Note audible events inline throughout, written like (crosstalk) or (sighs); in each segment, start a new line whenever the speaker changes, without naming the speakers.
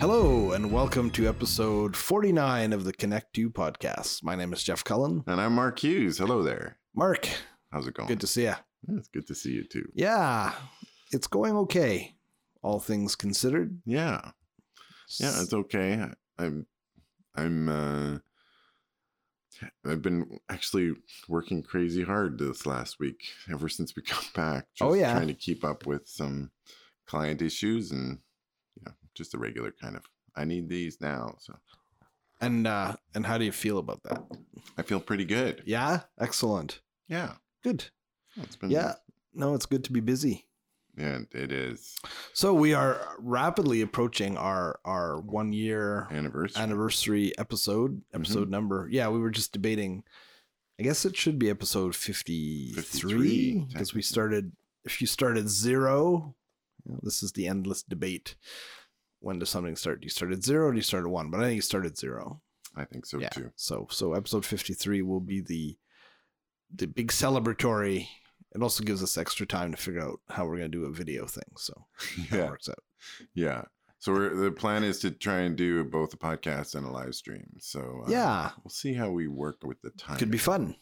Hello, and welcome to episode 49 of the Connect 2 podcast. My name is Jeff Cullen.
And I'm Mark Hughes. Hello there.
Mark,
How's it going?
good to see you.
Yeah, it's good to see you too.
Yeah, it's going okay, all things considered.
Yeah. Yeah, it's okay. I'm I'm uh I've been actually working crazy hard this last week ever since we (laughs) got back. Just
Oh, yeah.
trying to keep up with some client issues and yeah, just the regular kind of I need these now. So
and uh, and how do you feel about that?
I feel pretty good.
Yeah, excellent.
Yeah.
Good.
It's been
Yeah, no, it's good to be busy.
Yeah, it is.
So we are rapidly approaching our our one year
Anniversary.
anniversary episode episode number yeah we were just debating i guess it should be episode 53
53,
because we started if you start at zero you know, this is the endless debate when does something start do you start at zero or do you start at one but i think you start at zero
I think so
yeah
too. (laughs)
so so episode 53 will be the the big celebratory it also gives us extra time to figure out how we're going to do a video thing so that
Yeah.
works out
Yeah. So we're, the plan is to try and do both a podcast and a live stream. So uh,
yeah
we'll see how we work with the time.
could be fun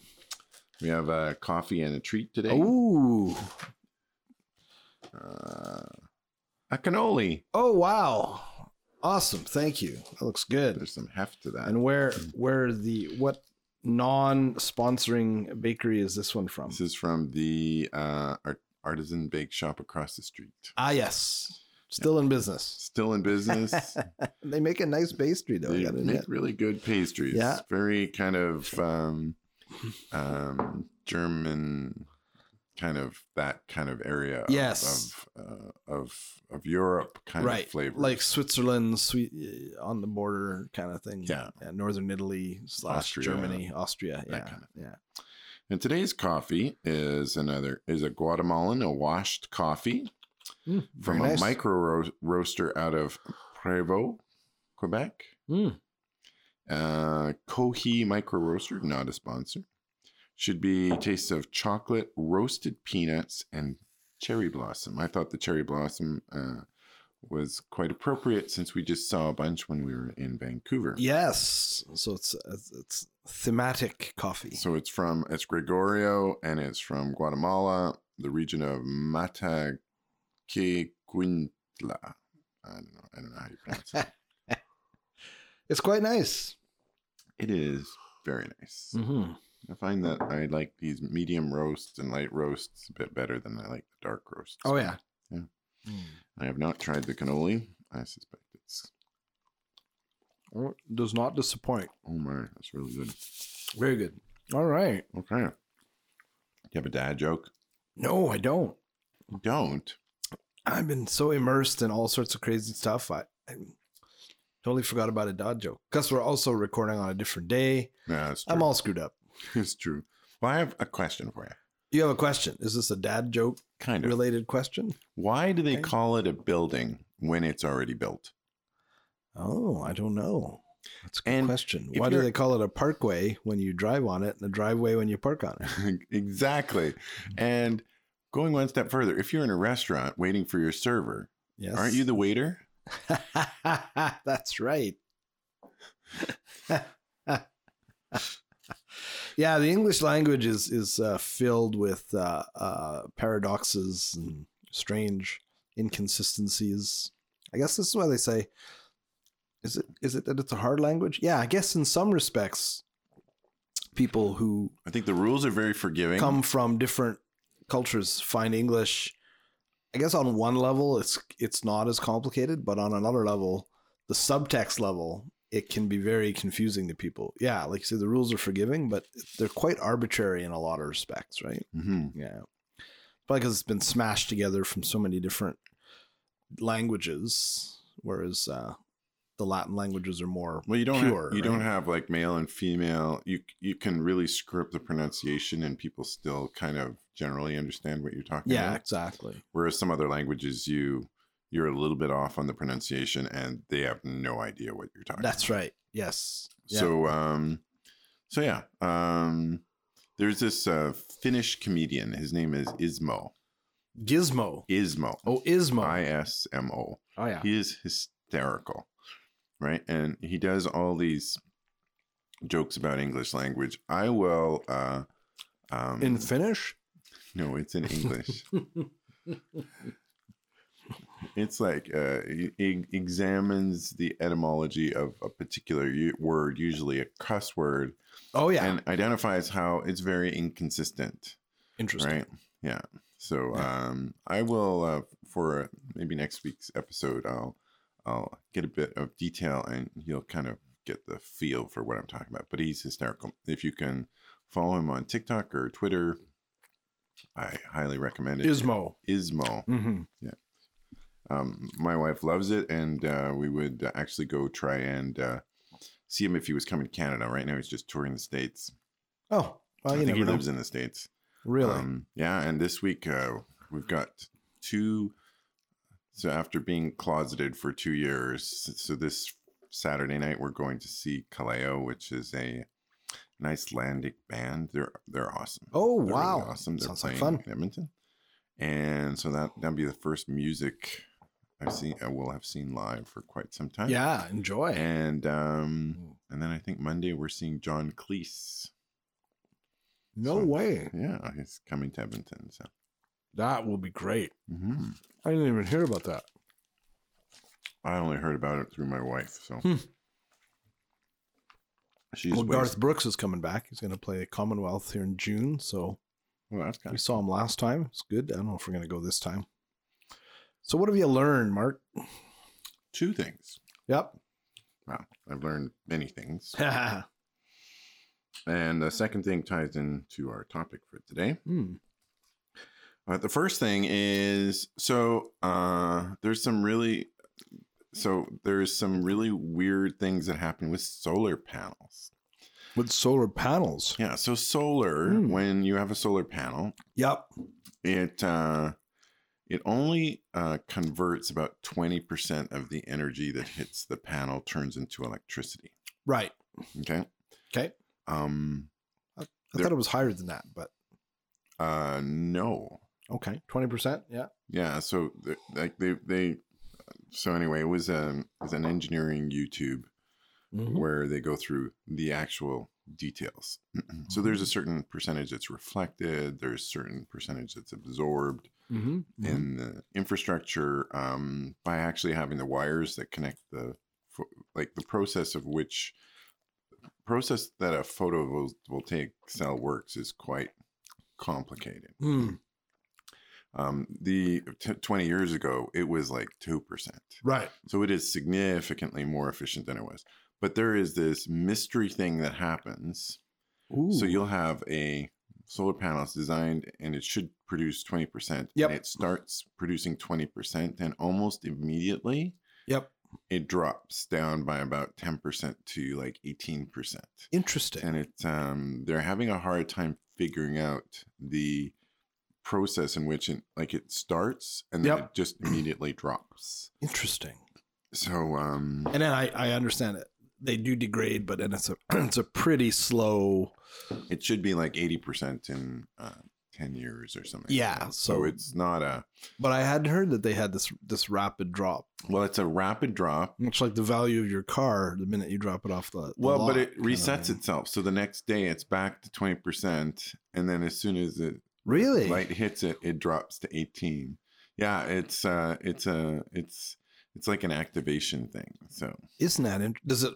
We have a coffee and a treat today.
oh
Uh, a cannoli.
Oh wow. Awesome. Thank you. That looks good.
There's some heft to that.
And where where the what non-sponsoring bakery is this one from?
this is from the uh, art- artisan bake shop across the street.
Ah yes. Still in business.
Still in business.
(laughs) They make a nice pastry though. I
they
gotta
make
admit.
really good pastries.
Yeah.
Very kind of um, um, German, kind of that kind of area. Of,
Yes.
Of, uh, of of Europe kind
Right.
of flavor.
Like Switzerland, sweet uh, on the border kind of thing.
Yeah.
Northern Italy slash
Austria,
Germany, Austria.
that
Yeah.
kind of
yeah.
And today's coffee is another is a Guatemalan, a washed coffee
Mm,
from
very nice.
a micro ro- roaster out of Prevost, Quebec.
Mm,
Uh, Kohi Micro Roaster, not a sponsor. Should be tastes of chocolate, roasted peanuts, and cherry blossom. I thought the cherry blossom uh, was quite appropriate since we just saw a bunch when we were in Vancouver.
Yes. So it's it's, it's thematic coffee.
So it's from it's Gregorio and it's from Guatemala, the region of Mataquequintla. I don't know. I don't know how you pronounce
(laughs)
it.
it's quite nice.
it is very nice.
Mm-hmm.
I find that I like these medium roasts and light roasts a bit better than I like the dark roasts.
Oh yeah.
Yeah.
Mm.
I have not tried the cannoli. I suspect it's
Oh, does not disappoint.
oh my, that's really good.
Very good. All right.
Okay. You have a dad joke?
No, I don't.
Don't.
I've been so immersed in all sorts of crazy stuff. I, I totally forgot about a dad joke because we're also recording on a different day.
No, it's true.
I'm all screwed up.
(laughs) it's true. Well, I have a question for you.
You have a question. Is this a dad joke
Kind of.
related question?
Why do they
Okay.
call it a building when it's already built? (laughs)
Oh, I don't know. That's a good
And
question.
if
Why do
you're-
they call it a parkway when you drive on it and a driveway when you park on it?
exactly.
Hmm.
And going one step further, if you're in a restaurant waiting for your server,
Yes.
aren't you the waiter?
(laughs) That's right. yeah, the English language is is uh, filled with uh, uh, paradoxes and strange inconsistencies. I guess this is why they say, "Is it is it that it's a hard language?" Yeah, I guess in some respects, people who
I think the rules are very forgiving.
come from different cultures find English. I guess on one level it's it's not as complicated, but on another level, the subtext level, it can be very confusing to people. Yeah, like you said, the rules are forgiving, but they're quite arbitrary in a lot of respects, right?
hmm
Yeah, probably because it's been smashed together from so many different languages, whereas uh, the Latin languages are more
Well, you don't
pure.
have, you don't
right?
have like male and female. You you can really screw up the pronunciation, and people still kind of generally understand what you're talking
yeah,
about.
exactly.
Whereas some other languages, you you're a little bit off on the pronunciation, and they have no idea what you're talking. about.
That's right. Yes. Yeah.
So um so yeah, um there's this uh Finnish comedian. His name is Ismo.
Gizmo.
Ismo.
Oh, Ismo.
I S M O.
oh yeah.
He is hysterical. right? And he does all these jokes about English language. I will. Uh, um,
In Finnish?
no, it's in
(laughs)
English. it's like uh, it it examines the etymology of a particular u- word, usually a cuss word,
Oh, yeah.
and identifies how it's very inconsistent.
Interesting.
Right. Yeah. So um, I will uh, for maybe next week's episode. I'll I'll get a bit of detail, and you'll kind of get the feel for what I'm talking about. But he's hysterical. If you can follow him on TikTok or Twitter, I highly recommend it.
Ismo.
Ismo.
Mm-hmm.
Um, my wife loves it, and uh, we would actually go try and uh, see him if he was coming to Canada. Right now, he's just touring the states.
Oh, well,
I
you
think
never
he
know.
lives in the states.
really?
Um, yeah, and this week uh, we've got two. So after being closeted for two years, so this Saturday night we're going to see Kaleo, which is a an Icelandic band. They're they're awesome.
oh,
They're really
wow.
awesome. They're
Sounds like
playing
fun.
in Edmonton, and so that that'll be the first music I've seen. I will have seen live for quite some time.
Yeah, enjoy.
and um,
no
and then I think Monday we're seeing John Cleese. so-
way.
Yeah, he's coming to Edmonton. So.
That will be great.
hmm
I didn't even hear about that.
I only heard about it through my wife, so
Hmm.
she's
well,
West-
Garth Brooks is coming back. He's going to play Commonwealth here in June. So
Well, that's kind
we
of
saw him last time. It's good. I don't know if we're going to go this time. So what have you learned, Mark?
two things.
Yep. (laughs)
Wow, I've learned many things,
Hmm.
and the second thing ties into our topic for today.
Hmm.
Uh, the first thing is so uh, there's some really so there's some really weird things that happen with solar panels.
With solar panels.
Yeah, so solar
Hmm.
when you have a solar panel,
Yep.
it uh, it only uh, converts about 20% of the energy that hits the panel turns into electricity
Right.
okay
Okay.
um
I
There-
thought it was higher than that, but
uh no
okay. 20%. Yeah.
yeah so th- like they they so anyway it was um it was an engineering youtube
Mm-hmm.
where they go through the actual details so there's
Mm-hmm.
a certain percentage that's reflected there's certain percentage that's absorbed
Mm-hmm.
in the infrastructure um, by actually having the wires that connect the pho- like the process of which process that a photovoltaic cell works is quite complicated
Mm-hmm. Mm,
um, the t- 20 years ago it was like 2%
Right.
so it is significantly more efficient than it was but there is this mystery thing that happens
Ooh.
so you'll have a solar panel is designed and it should produce 20%.
Yep.
And it starts producing 20% and almost immediately
Yep.
it drops down by about 10% to like 18%.
Interesting.
And it's um they're having a hard time figuring out the process in which it like it starts and then
Yep.
it just immediately drops.
Interesting.
So um
And then I, I understand it. They do degrade, but then it's a (clears throat) it's a pretty slow.
it should be like 80% in uh 10 years or something. like
Yeah,
that. So,
so-
it's not a
But I had heard that they had this this rapid drop,
well, it's a rapid drop
much like the value of your car the minute you drop it off the. the
Well,
lot,
but it
kind of
resets
thing.
itself. So the next day it's back to 20%. And then as soon as the
Really?
light hits it, it drops to 18. Yeah, it's uh it's a it's it's like an activation thing. So
Isn't that? In, does it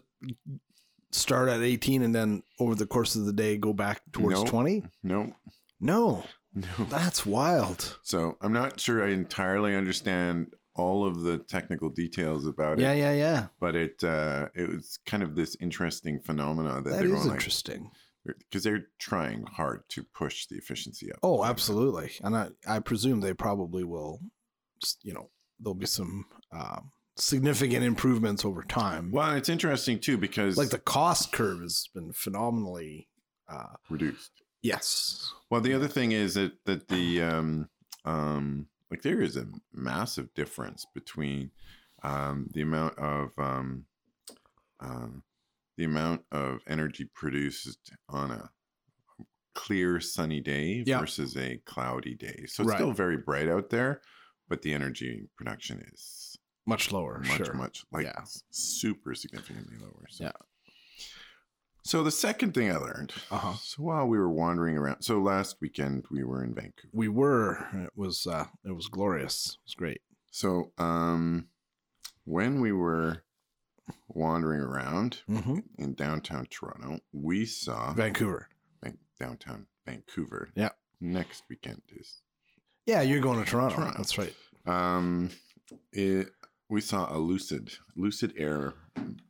start at eighteen and then over the course of the day go back towards
No.
twenty?
(laughs) no,
No,
no.
that's wild.
So I'm not sure I entirely understand all of the technical details about
Yeah,
it,
yeah, yeah.
but it uh it was kind of this interesting phenomena that,
That
they're
is
going like
interesting.
because they're trying hard to push the efficiency up.
Oh, absolutely. And I, I presume they probably will, s- you know, there'll be some um, significant improvements over time.
Well, it's interesting too because
Like the cost curve has been phenomenally, uh,
reduced.
yes.
Well, the other thing is that that the um, um, like there is a massive difference between um, the amount of um, um, the amount of energy produced on a clear sunny day
Yeah.
versus a cloudy day. So it's
Right.
still very bright out there, but the energy production is
much lower.
much,
sure.
much like
Yeah.
super significantly lower. So.
Yeah.
So the second thing I learned.
Uh-huh.
So while we were wandering around, so last weekend we were in Vancouver.
We were. and It was. Uh, it was glorious. It was great.
So um, when we were wandering around
Mm-hmm.
in downtown Toronto, we saw
Vancouver.
Van- downtown Vancouver.
Yeah.
Next weekend is
Yeah, you're going to Toronto.
Toronto.
That's right.
Um, it, we saw a Lucid Lucid Air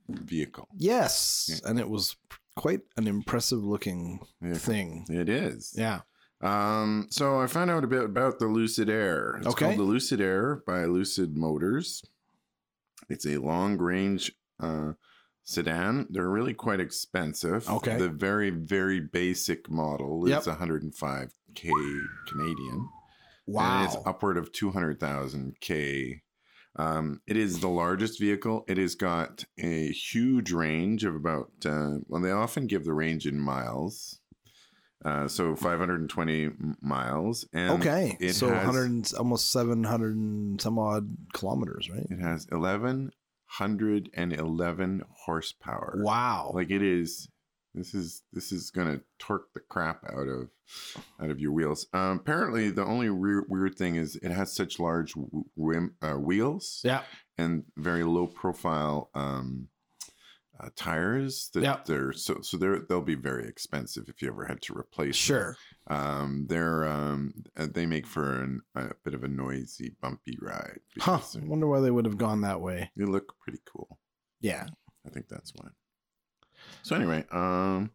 vehicle.
Yes,
Yeah.
and it was quite an impressive looking
Yeah.
thing.
It is.
Yeah.
Um, so I found out a bit about the Lucid Air. It's
Okay.
called the Lucid Air by Lucid Motors. It's a long-range uh, sedan. They're really quite expensive.
Okay.
The very very basic model is
Yep.
105k Canadian.
Wow.
And it's upward of 200,000 K. Um, it is the largest vehicle. It has got a huge range of about, uh, well, they often give the range in miles. Uh, so 520 m- miles. And
okay.
it
so
has-
100 and- almost 700 and some odd kilometers, right?
It has 1,111 horsepower.
Wow.
Like it is. This is this is gonna torque the crap out of out of your wheels. Um, apparently, the only re- weird thing is it has such large w- rim, uh, wheels.
yeah.
and very low profile um, uh, tires that
Yeah.
they're so so they're they'll be very expensive if you ever had to replace. them.
Sure.
um, they're um, uh, they make for an, a bit of a noisy, bumpy ride.
Huh.
because
I
they're-
wonder why they would have gone that way.
They look pretty cool.
Yeah.
I think that's why. So anyway, um,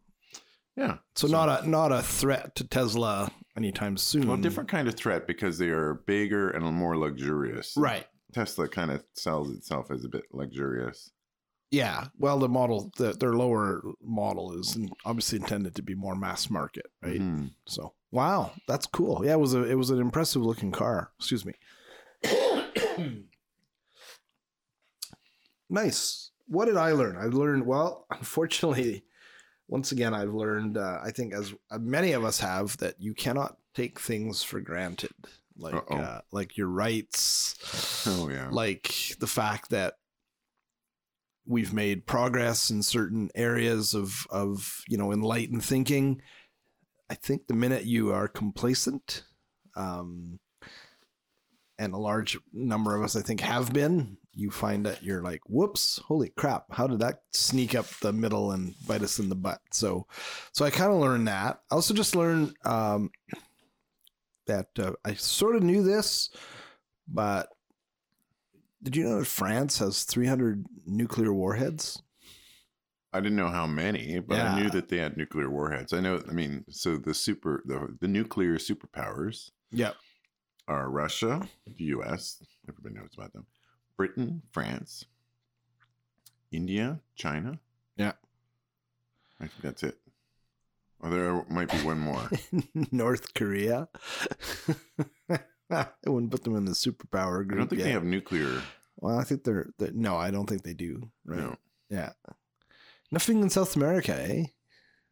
yeah,
So, not a not a threat to Tesla anytime soon.
well, different kind of threat because they are bigger and more luxurious.
Right.
Tesla kind of sells itself as a bit luxurious.
Yeah. Well, the model the, their lower model is obviously intended to be more mass market, right?
Mhm.
So wow, that's cool. Yeah, it was a it was an impressive looking car. Excuse me. (coughs) nice. What did I learn? I learned well. (laughs) Unfortunately, once again, I've learned. Uh, I think as many of us have that you cannot take things for granted, like
Uh-oh.
uh, like your rights.
Oh, yeah.
Like the fact that we've made progress in certain areas of of you know enlightened thinking. I think the minute you are complacent, um, and a large number of us, I think, have been, you find that you're like, whoops, holy crap, how did that sneak up the middle and bite us in the butt? So, so I kind of learned that. I also just learned um, that uh, I sort of knew this, but did you know that France has 300 nuclear warheads?
I didn't know how many, but I
Yeah.
knew that they had nuclear warheads. I know. I mean, so the super the, the nuclear superpowers
Yeah.
are Russia, the U.S. Everybody knows about them. Britain, France, India, China.
Yeah.
I think that's it. Or there might be
(laughs)
one more.
(laughs) North Korea. (laughs) I wouldn't put them in the superpower
I
group.
don't think
yet.
they have nuclear.
Well, I think they're, they no, I don't think they do. Right.
No,
Nothing in South America, eh?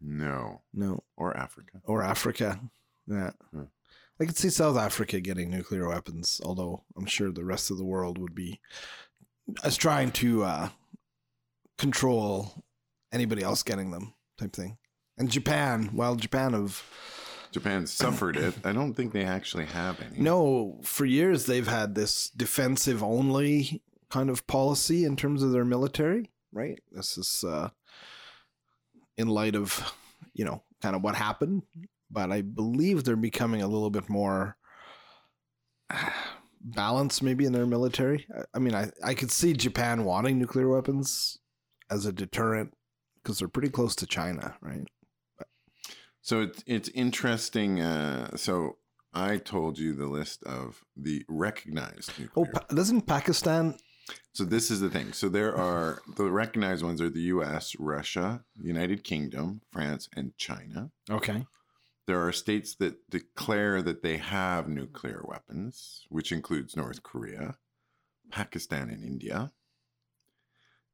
no,
No,
or Africa.
or Africa. Yeah.
Hmm.
I could see South Africa getting nuclear weapons, although I'm sure the rest of the world would be as trying to uh, control anybody else getting them, type thing. And Japan, while Japan have
Japan suffered it. I don't think they actually have any.
No, for years they've had this defensive only kind of policy in terms of their military, right? This is uh, in light of, you know, kind of what happened. But I believe they're becoming a little bit more (sighs) ah, balanced, maybe, in their military. I, I mean, I, I could see Japan wanting nuclear weapons as a deterrent because they're pretty close to China, right?
So it's it's interesting. Uh, so I told you the list of the recognized
Oh,
nuclear.
pa- doesn't Pakistan?
so this is the thing. So there are the recognized ones are the U.S., Russia, United Kingdom, France, and China.
Okay.
There are states that declare that they have nuclear weapons, which includes North Korea, Pakistan, and India.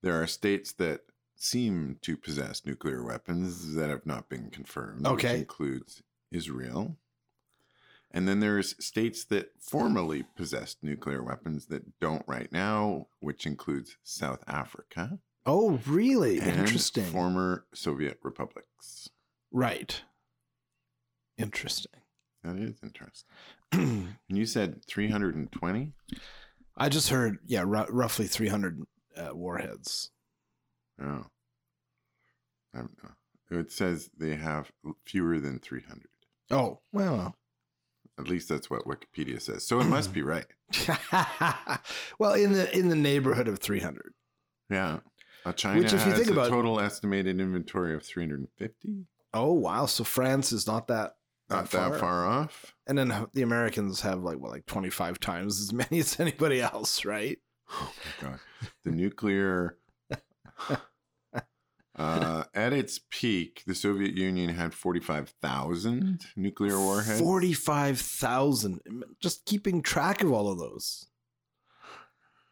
There are states that seem to possess nuclear weapons that have not been confirmed,
Okay.
which includes Israel. And then there's states that formerly possessed nuclear weapons that don't right now, which includes South Africa
Oh, really?
and
Interesting.
former Soviet republics.
right. Interesting.
That is interesting. And you said 320?
(clears throat) I just heard, yeah, ru roughly 300 uh, warheads.
Oh. I don't know. It says they have fewer than 300.
Oh, well. (laughs)
At least that's what Wikipedia says. So it must
(clears throat)
be right.
well, in the in the neighborhood of 300.
Yeah. Uh, China
Which, if you
has
think
a
about-
total estimated inventory of 350.
Oh, wow. So France is not that uh,
Not that far off.
And then the Americans have like what like 25 times as (laughs) many as anybody else, right?
Oh my God.
(laughs)
The nuclear. Uh, at its peak, the Soviet Union had 45,000 nuclear warheads.
45,000. Just keeping track of all of those.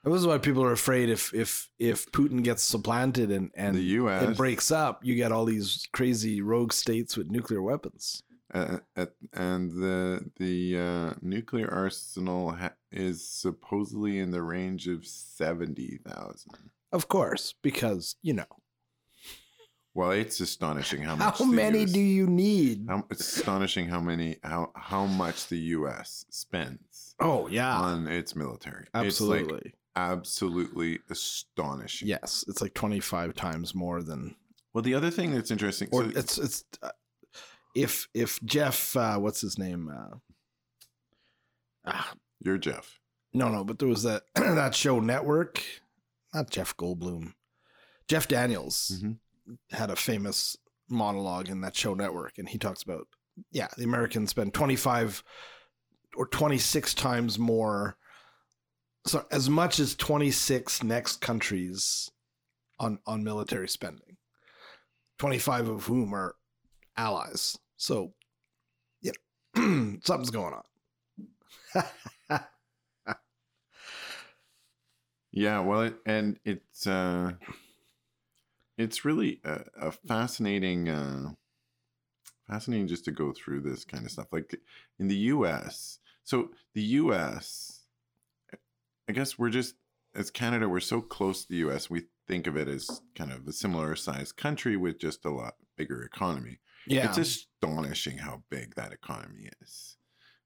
And This is why people are afraid if if if Putin gets supplanted and and
the U.S.
it breaks up, you get all these crazy rogue states with nuclear weapons.
uh, at, and the the uh, nuclear arsenal ha- is supposedly in the range of seventy thousand.
Of course, because you know
Well, it's astonishing how
how,
much. the
many
US
do you need?
How, it's astonishing how many how how much the U.S. spends
oh yeah,
on its military. it's
absolutely.
like absolutely astonishing.
yes, it's like twenty five times more than
Well, the other thing that's interesting.
or
so-
it's it's uh, if if Jeff uh, what's his name uh, ah,
you're Jeff.
no no but there was that (clears throat) that show network not Jeff Goldblum Jeff Daniels
Mhm.
had a famous monologue in that show network and he talks about yeah the Americans spend 25 or 26 times more so as much as 26 next countries on on military spending 25 of whom are allies so yeah (clears throat) something's going on
Yeah, well, it, and it's uh, it's really a, a fascinating, uh, fascinating just to go through this kind of stuff. Like in the U.S., so the U.S., I guess we're just as Canada, we're so close to the U.S. We think of it as kind of a similar sized country with just a lot bigger economy.
yeah
It's astonishing how big that economy is.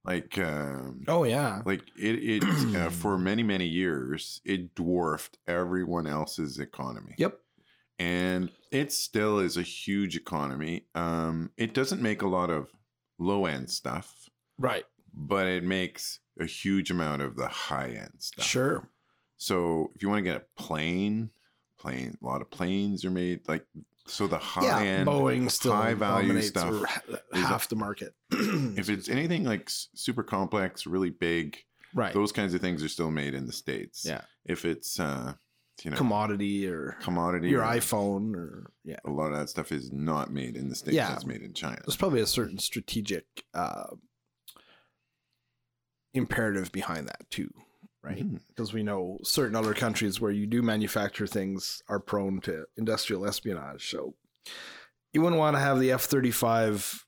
Like, um,
oh yeah
like it, it uh, for many many years it dwarfed everyone else's economy
yep
and it still is a huge economy um it doesn't make a lot of low end stuff
right
but it makes a huge amount of the high end stuff
sure
so if you want to get a plane plane a lot of planes are made like so the high
yeah
end
Boeing still
high value
dominates
stuff
or h- half the market (clears throat)
if it's anything like s- super complex really big
right
those kinds of things are still made in the states
Yeah.
if it's uh you know
commodity or
commodity
your
or-
iPhone or yeah.
a lot of that stuff is not made in the states
Yeah.
it's made in china
There's probably a certain strategic uh, imperative behind that too, right?
Mhm.
Because we know certain other countries where you do manufacture things are prone to industrial espionage. So you wouldn't want to have the F-35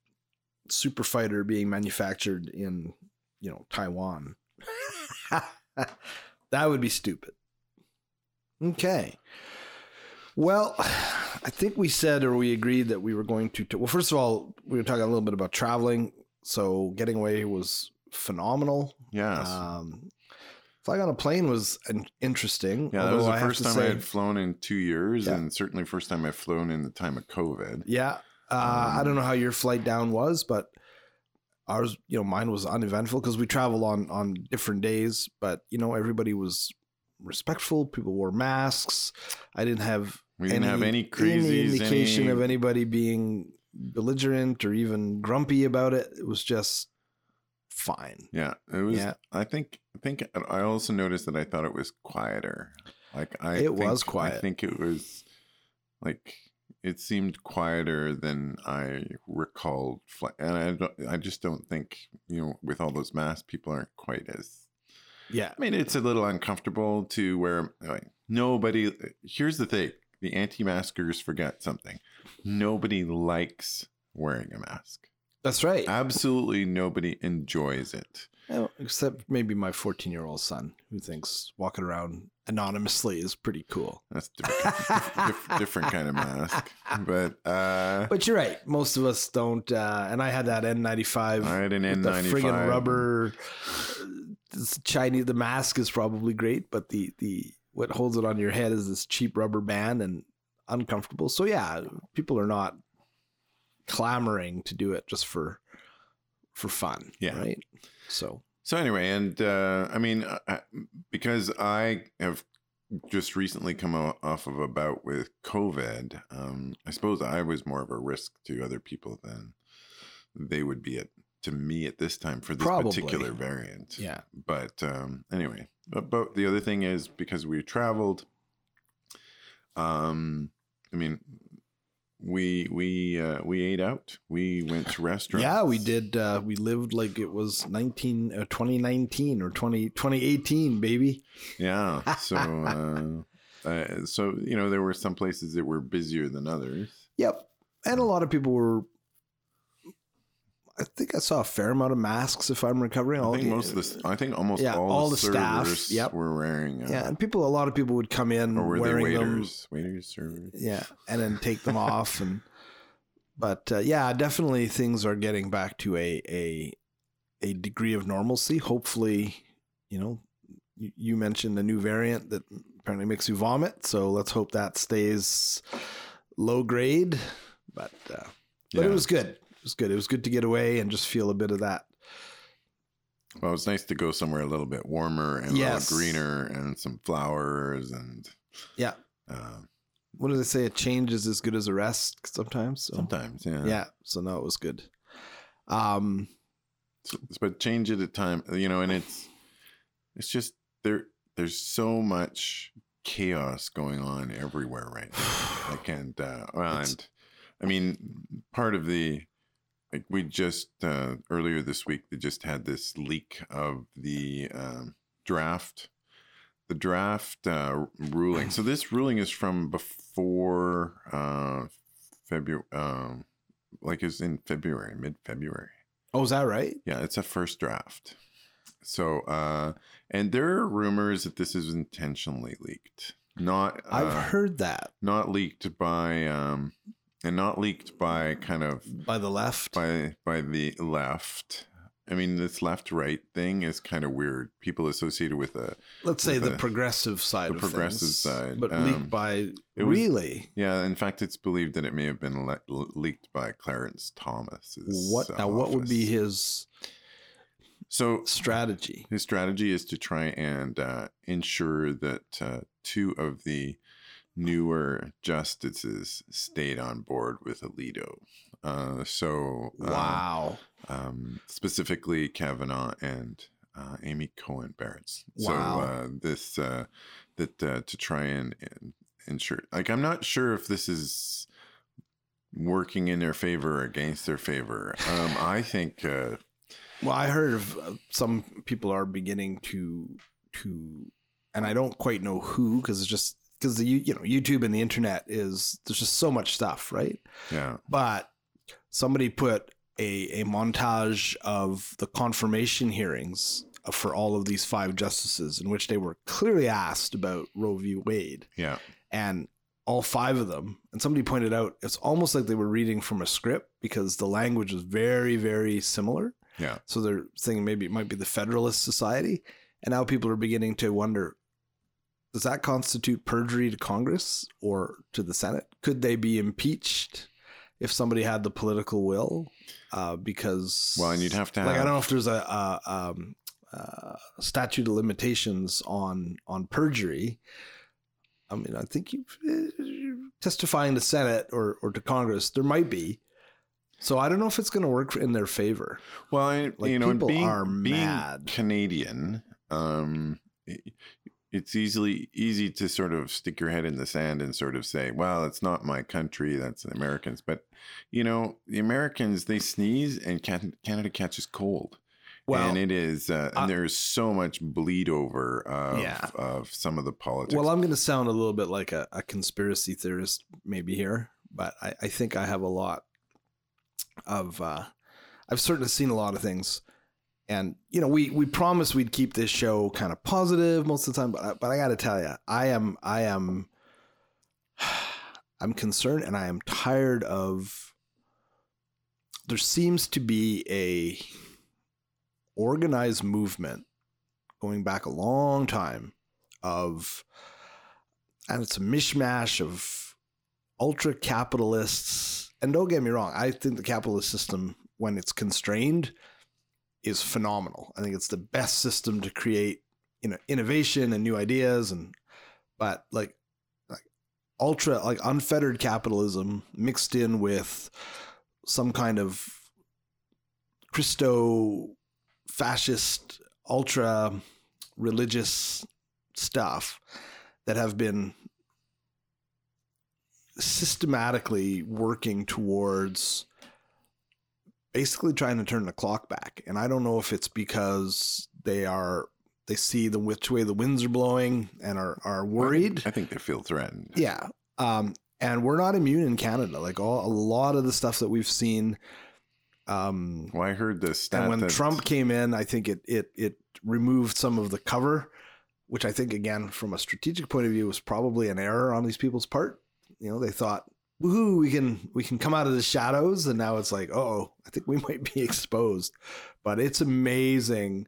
super fighter being manufactured in, you know, Taiwan. (laughs) that would be stupid. Okay. Well, I think we said or we agreed that we were going to. well, first of all, we were talking a little bit about traveling. So getting away was phenomenal.
yeah so-
Um, flying on a plane was an- interesting.
yeah that
although
was the
I have
first
to
time i
say-
had flown in two years
Yeah.
and certainly first time i've flown in the time of covid
Yeah. Uh, I
Um,
don't know how your flight down was, but ours, you know, mine was uneventful because we travel on on different days. But you know, everybody was respectful. People wore masks. I didn't have
we didn't have any crazies
any indication
any-
of anybody being belligerent or even grumpy about it. It was just fine.
yeah it was
Yeah.
i think i think i also noticed that i thought it was quieter like i
It
think-
was quiet.
i think it was like it seemed quieter than I recalled, fly- and I don't, I just don't think you know with all those masks, people aren't quite as
Yeah.
I mean, it's a little uncomfortable to where like, nobody. uh, Here's the thing: the anti-maskers forget something. Nobody likes wearing a mask.
That's right.
Absolutely nobody enjoys it.
Oh, except maybe my 14 year old son, who thinks walking around anonymously is pretty cool.
That's different,
(laughs)
diff- different kind of mask. But uh,
But you're right. Most of us don't. Uh, and I had that N95.
I had an
with The friggin'
N95
rubber. uh, This Chinese. The mask is probably great, but the the what holds it on your head is this cheap rubber band and uncomfortable. So yeah, people are not clamoring to do it just for for fun.
Yeah.
Right. So
So anyway, and uh, I mean, I- I, because I have just recently come o- off of a bout with COVID, um, I suppose I was more of a risk to other people than they would be at to me at this time for this
Probably.
particular variant.
yeah.
But um, anyway, but, but the other thing is because we traveled. Um, I mean, we we uh, we ate out. We went to restaurants.
(laughs) Yeah, we did. Uh, we lived like it was 19, uh, 2019 or 20, 2018, baby. (laughs)
Yeah. So, uh, uh, so you know, there were some places that were busier than others.
Yep. And a lot of people were. I think I saw a fair amount of masks if I'm recovering.
I
All
think most of the, s- I think almost
yeah,
all,
all
the
the staff,
servers
yep.
were wearing. Uh,
yeah, and people, a lot of people would come in
Or were they
wearing them,
waiters? Waiters, servers.
yeah, and then take them off, and but uh, yeah, definitely things are getting back to a a a degree of normalcy. Hopefully, you know, you, you mentioned the new variant that apparently makes you vomit, so let's hope that stays low grade. But uh, but it
Yeah.
was good. It was good. It was good to get away and just feel a bit of that.
Well, it's nice to go somewhere a little bit warmer and
Yes.
a little greener and some flowers and.
Yeah.
Uh,
What do they say? A change is as good as a rest sometimes. So,
sometimes, yeah.
yeah. So no, it was good. Um, (sighs)
S- But change it at time, you know, and it's, it's just there. There's so much chaos going on everywhere right now. like and uh well,
It's-
and i mean part of the like we just uh earlier this week they just had this leak of the um draft the draft uh ruling so this ruling is from before uh february um like it's in february mid-february
oh, is that right?
yeah, it's a first draft. So, uh, and there are rumors that this is intentionally leaked, not uh,
I've heard that
not leaked by um, and not leaked by kind of
by the left.
by by the left. I mean, this left right thing is kind of weird. People associated with a
Let's say
with
the,
the-
progressive side.
the
of
progressive
things,
side,
but
um,
leaked by
it was-
really
yeah. In fact, it's believed that it may have been le- leaked by Clarence Thomas.
what now? What would be his
so
strategy?
His strategy is to try and uh, ensure that uh, two of the newer justices stayed on board with Alito. Uh, so, uh,
Wow.
um, specifically Kavanaugh and uh, Amy Cohen Barrett's.
Wow.
So uh, this uh, that uh, to try and, and ensure. Like, I'm not sure if this is working in their favor or against their favor. Um, I think. Uh,
Well, I heard of uh, some people are beginning to to, and I don't quite know who because it's just because the you you know YouTube and the internet is there's just so much stuff, right?
yeah.
But somebody put a a montage of the confirmation hearings for all of these five justices in which they were clearly asked about Roe v. Wade
Yeah.
and all five of them and somebody pointed out it's almost like they were reading from a script because the language is very very similar
Yeah.
so they're saying maybe it might be the federalist society and now people are beginning to wonder does that constitute perjury to congress or to the senate could they be impeached if somebody had the political will uh, because
Well, and you'd have to have.
like I don't know if there's a, a um, uh, statute of limitations on on perjury. I mean, I think you testifying to Senate or or to Congress, there might be. So I don't know if it's going to work in their favor.
Well, I,
Like,
you know, and
people
being,
are
being
mad.
Canadian, um, it- it's easily easy to sort of stick your head in the sand and sort of say, "Well, it's not my country; that's the Americans." But you know, the Americans they sneeze and Can- Canada catches cold,
Well,
and it is uh,
I-
and there's so much bleed over of,
Yeah.
of some of the politics.
well, I'm going to sound a little bit like a, a conspiracy theorist maybe here, but I, I think I have a lot of. Uh, I've certainly seen a lot of things, and you know, we we promised we'd keep this show kind of positive most of the time, but I, but I got to tell you, I am I am (sighs) I'm concerned, and I am tired of. There seems to be a organized movement going back a long time of and it's a mishmash of ultra capitalists and don't get me wrong i think the capitalist system when it's constrained is phenomenal i think it's the best system to create you know innovation and new ideas and but like like ultra like unfettered capitalism mixed in with some kind of christo fascist ultra religious stuff that have been systematically working towards basically trying to turn the clock back and i don't know if it's because they are they see the which way the winds are blowing and are are worried
I think they feel threatened.
yeah um and we're not immune in canada like all, a lot of the stuff that we've seen um
Well, I heard the stat
and when
that-
Trump came in, I think it it it removed some of the cover, which I think again from a strategic point of view was probably an error on these people's part. You know, they thought, "Woohoo, we can we can come out of the shadows," and now it's like, "Oh, I think we (laughs) might be exposed." But it's amazing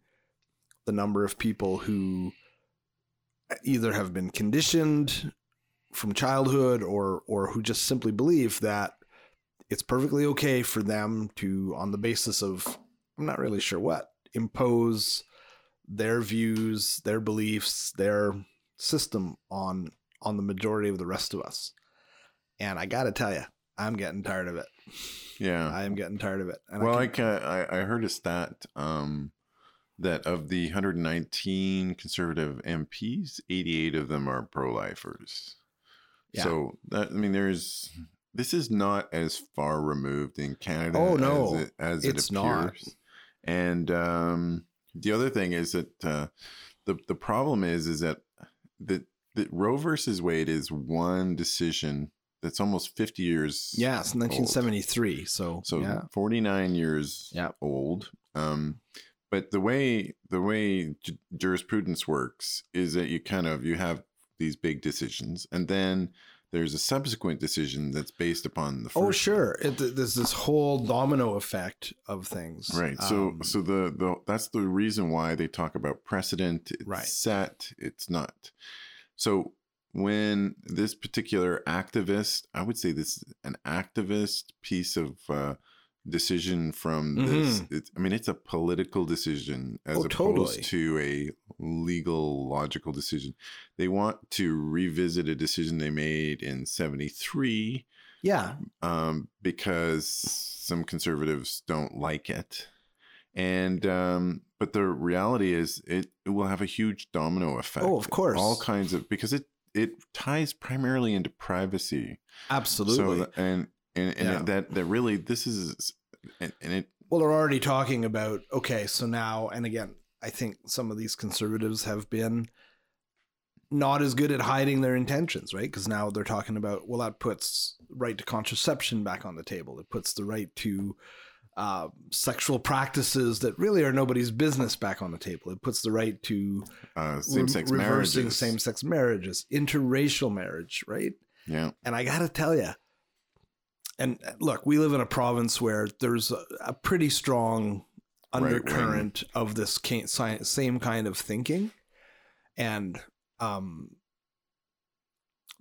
the number of people who either have been conditioned from childhood or or who just simply believe that it's perfectly okay for them to on the basis of I'm not really sure what impose their views, their beliefs, their system on on the majority of the rest of us. And I got to tell you, I'm getting tired of it.
yeah.
I am getting tired of it. And
well,
I
I,
can-
can, I I heard a stat um, that of the 119 conservative MPs, 88 of them are pro-lifers.
Yeah.
So that, I mean, there's this is not as far removed in Canada.
Oh, no.
as it, as
It's
it
not.
appears. And um, the other thing is that uh, the the problem is is that that that Roe versus Wade is one decision that's almost 50 years
yeah, it's 1973, so,
so
yeah.
49 years
Yeah.
old um but the way the way ju- jurisprudence works is that you kind of you have these big decisions and then there's a subsequent decision that's based upon the first
Oh sure, it, th- there's this whole domino effect of things.
right so
Um,
so the, the that's the reason why they talk about precedent it's
Right.
set it's not so when this particular activist i would say this is an activist piece of uh, decision from this it's i mean it's a political decision as
Mm-hmm. Oh, totally.
opposed to a legal logical decision they want to revisit a decision they made in 73
yeah,
um, because some conservatives don't like it. And um, but the reality is, it, it will have a huge domino effect.
Oh, of course.
all kinds of because it it ties primarily into privacy.
absolutely.
So and and, and
Yeah.
that that really this is and, and it
Well, they're already talking about okay, so now and again, I think some of these conservatives have been not as good at hiding their intentions, right? Because now they're talking about well, that puts right to contraception back on the table. It puts the right to uh, sexual practices that really are nobody's business back on the table. It puts the right to
uh,
re-
same sex
reversing
marriages.
same sex marriages, interracial marriage, right?
yeah.
And I got to tell you, and uh, look, we live in a province where there's a, a pretty strong
Right wing.
undercurrent of this ca- si- same kind of thinking. And um,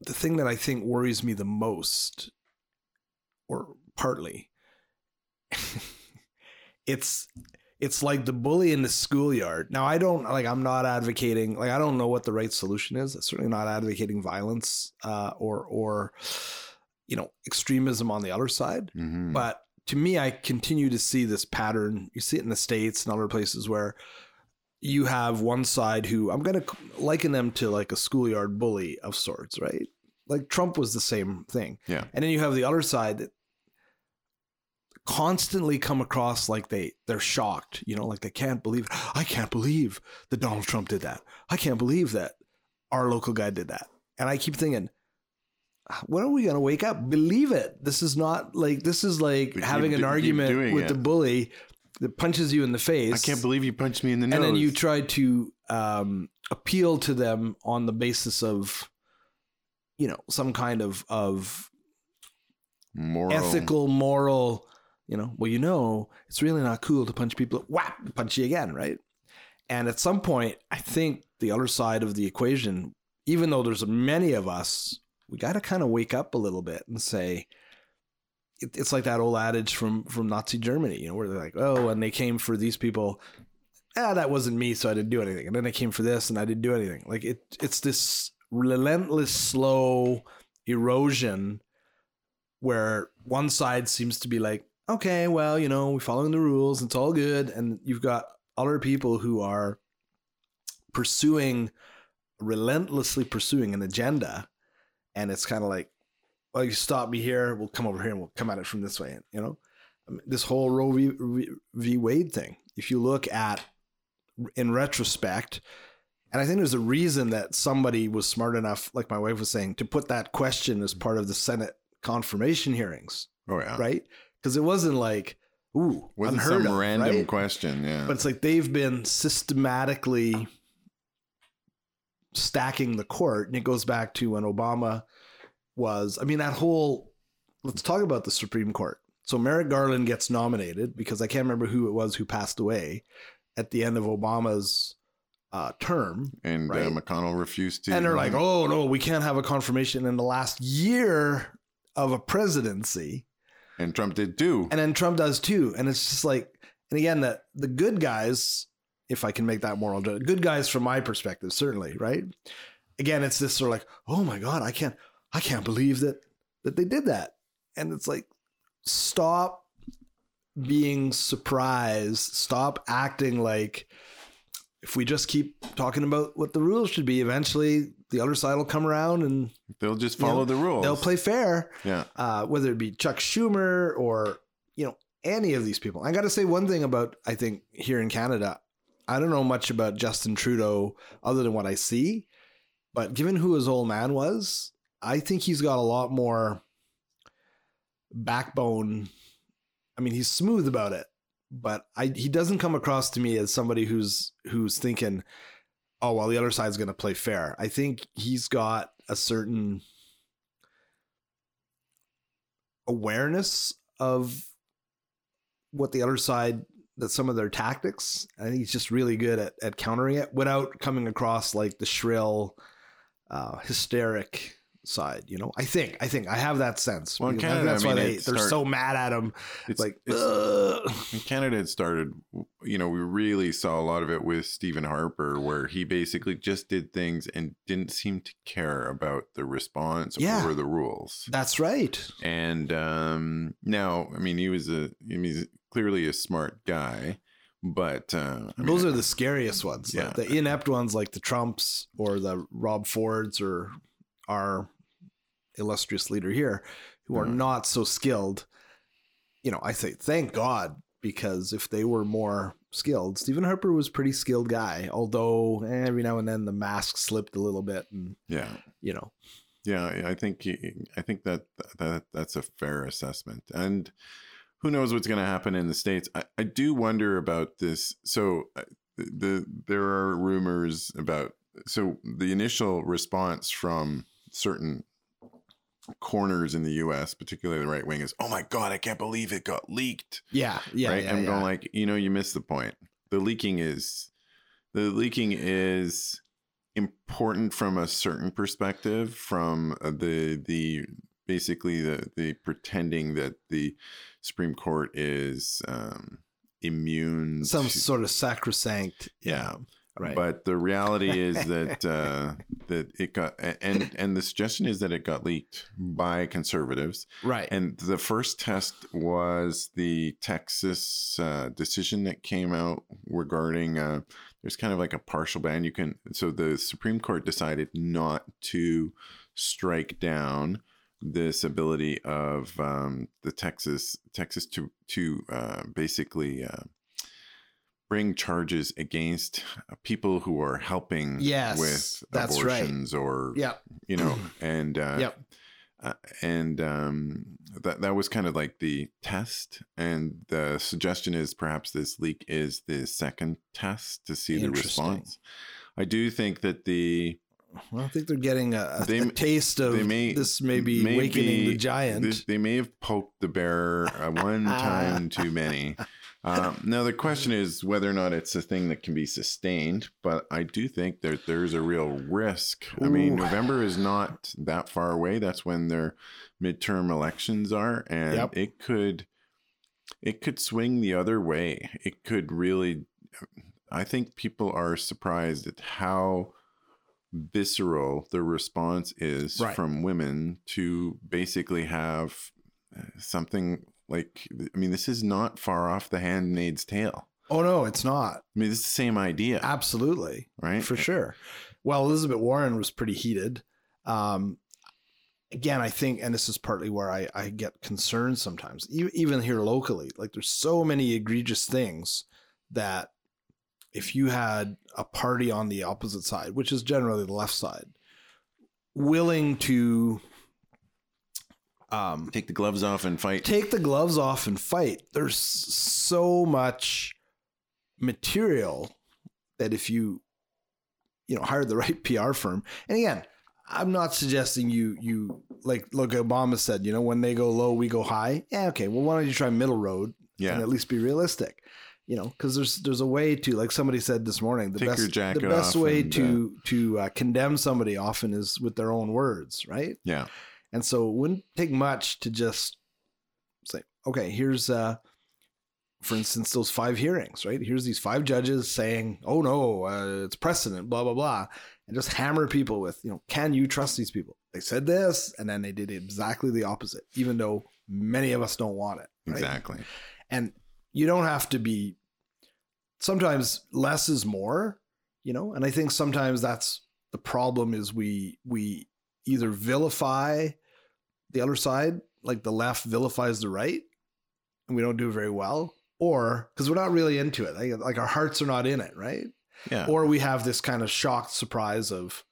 the thing that I think worries me the most, or partly, (laughs) it's it's like the bully in the schoolyard. Now I don't like I'm not advocating like I don't know what the right solution is. I'm certainly not advocating violence uh, or or you know extremism on the other side.
Mhm.
But to me, I continue to see this pattern. You see it in the states and other places where you have one side who I'm going to liken them to like a schoolyard bully of sorts, right? Like Trump was the same thing.
Yeah.
And then you have the other side that constantly come across like they they're shocked, you know, like they can't believe I can't believe that Donald Trump did that. I can't believe that our local guy did that. And I keep thinking, when are we going to wake up? Believe it. This is not like this is like
We keep
having an
do- keep
argument
doing
with
it.
the bully that punches you in the face.
I can't believe you punched me in the nose.
and then you try to um, appeal to them on the basis of, you know, some kind of of
Moral.
ethical, moral, you know, well, you know, it's really not cool to punch people. Whap, punch you again, right? And at some point, I think the other side of the equation, even though there's many of us, we got to kind of wake up a little bit and say, it, it's like that old adage from from Nazi Germany, you know, where they're like, oh, and they came for these people. Ah, that wasn't me, so I didn't do anything. And then they came for this, and I didn't do anything. Like it, it's this relentless, slow erosion where one side seems to be like, okay, well, you know, we're following the rules, it's all good. And you've got other people who are pursuing, relentlessly pursuing an agenda. And it's kind of like, well, you stop me here, we'll come over here and we'll come at it from this way. You know, I mean, this whole Roe v, v, v. Wade thing, if you look at in retrospect, and I think there's a reason that somebody was smart enough, like my wife was saying, to put that question as part of the Senate confirmation hearings,
oh yeah.
right? Because it wasn't like, ooh,
Wasn't
unheard
some
of,
random
right?
question. Yeah.
But it's like they've been systematically stacking the court, and it goes back to when Obama was. I mean, that whole. Let's talk about the Supreme Court. So Merrick Garland gets nominated because I can't remember who it was who passed away at the end of Obama's uh, term.
and uh,
right.
McConnell refused to. um,
And they're like, oh, no, we can't have a confirmation in the last year of a presidency. "Oh."
And Trump did too.
And then Trump does too. And it's just like, and again, the, the good guys, if I can make that moral, judgment, good guys from my perspective, certainly, right? Again, it's this sort of like, oh my God, I can't, I can't believe that, that they did that. And it's like, stop being surprised. Stop acting like if we just keep talking about what the rules should be, eventually the other side will come around and
They'll just
you know,
follow the rules.
they'll play fair
Yeah.
uh, whether it be Chuck Schumer or you know any of these people. I got to say one thing about I think here in Canada, I don't know much about Justin Trudeau other than what I see, but given who his old man was, I think he's got a lot more backbone. I mean, he's smooth about it, but I he doesn't come across to me as somebody who's who's thinking, oh well, the other side's going to play fair. I think he's got a certain awareness of what the other side that some of their tactics. I think he's just really good at, at countering it without coming across like the shrill, uh, hysteric side. You know, I think I think I have that sense.
Well, in
because I think
Canada,
that's
I mean,
why they,
it
they're
start-
so mad at him.
It's
like,
it's-
"Ugh."
in Canada it started you know we really saw a lot of it with Stephen Harper where he basically just did things and didn't seem to care about the response
Yeah.
or the rules
that's right.
and um now I mean he was a I mean he's clearly a smart guy but uh, I mean,
Those are the scariest ones. like
Yeah.
the inept ones, like the Trumps or the Rob Fords or our illustrious leader here, who are
Yeah.
not so skilled. You know, I say thank God because if they were more skilled, Stephen Harper was a pretty skilled guy. Although eh, every now and then the mask slipped a little bit, and
yeah
you know,
Yeah, I- I think he- I think that that that's a fair assessment, and who knows what's going to happen in the states. I, I do wonder about this. So uh, the, the there are rumors about so the initial response from certain corners in the U.S., particularly the right wing, is oh my god, I can't believe it got leaked.
yeah, yeah,
right?
yeah,
I'm
yeah.
going like you know you missed the point. The leaking is the leaking is important from a certain perspective from uh, the the basically the the pretending that the supreme court is um immune
some
to-
sort of sacrosanct,
Yeah.
right.
but the reality
(laughs)
is that uh that it got a- and and the suggestion is that it got leaked by conservatives
right,
and the first test was the Texas uh, decision that came out regarding uh, there's kind of like a partial ban. You can so the Supreme Court decided not to strike down this ability of um, the Texas Texas to to uh, basically uh, bring charges against people who are helping
Yes,
with
that's right.
abortions or
yeah.
you know and uh,
Yep.
uh, and um, that that was kind of like the test. And the suggestion is perhaps this leak is the second test to see the
Interesting.
response. I do think that the
Well, I think they're getting a, a-
They
a
m-
taste of
they may-
this may be
may
awakening the
be-
giant.
this, they may have poked the bear uh,
(laughs)
one time too many. Um, now the question is whether or not it's a thing that can be sustained, but I do think that there's a real risk. I mean,
Ooh.
November is not that far away. That's when their midterm elections are, and
Yep.
it could it could swing the other way. It could really. I think people are surprised at how visceral the response is
Right.
from women to basically have uh, something like I mean, this is not far off the Handmaid's Tale.
oh no, it's not.
I mean, this is the same idea,
Absolutely.
right?
for sure. Well, Elizabeth Warren was pretty heated. Um, again, I think, and this is partly where I, I get concerned sometimes, e- even here locally. Like, there's so many egregious things that if you had a party on the opposite side, which is generally the left side, willing to um,
Take the gloves off and fight.
take the gloves off and fight. There's so much material that if you you know hire the (laughs) right PR firm, and again, I'm not suggesting you you like look Obama said, you know, when they go low, we go high. Yeah, okay. Well, why don't you try middle road
yeah,
and at least be realistic? You know, because there's there's a way to like somebody said this morning. The
Take
best
your jacket
the best
off
way
and,
to to uh, condemn somebody often is with their own words, (laughs) right?
yeah.
And so it wouldn't take much to just say, okay, here's uh for instance those five hearings, right? Here's these five judges saying, "Oh no, uh, it's precedent, blah blah blah." And just hammer people with, you know, can you trust these people? They said this and then they did exactly the opposite, even though many of us don't want it. right?
Exactly.
and you don't have to be sometimes less is more you know and i think sometimes that's the problem is we we either vilify the other side like the left vilifies the right and we don't do very well or because we're not really into it like, like our hearts are not in it right
Yeah.
or we have this kind of shocked surprise of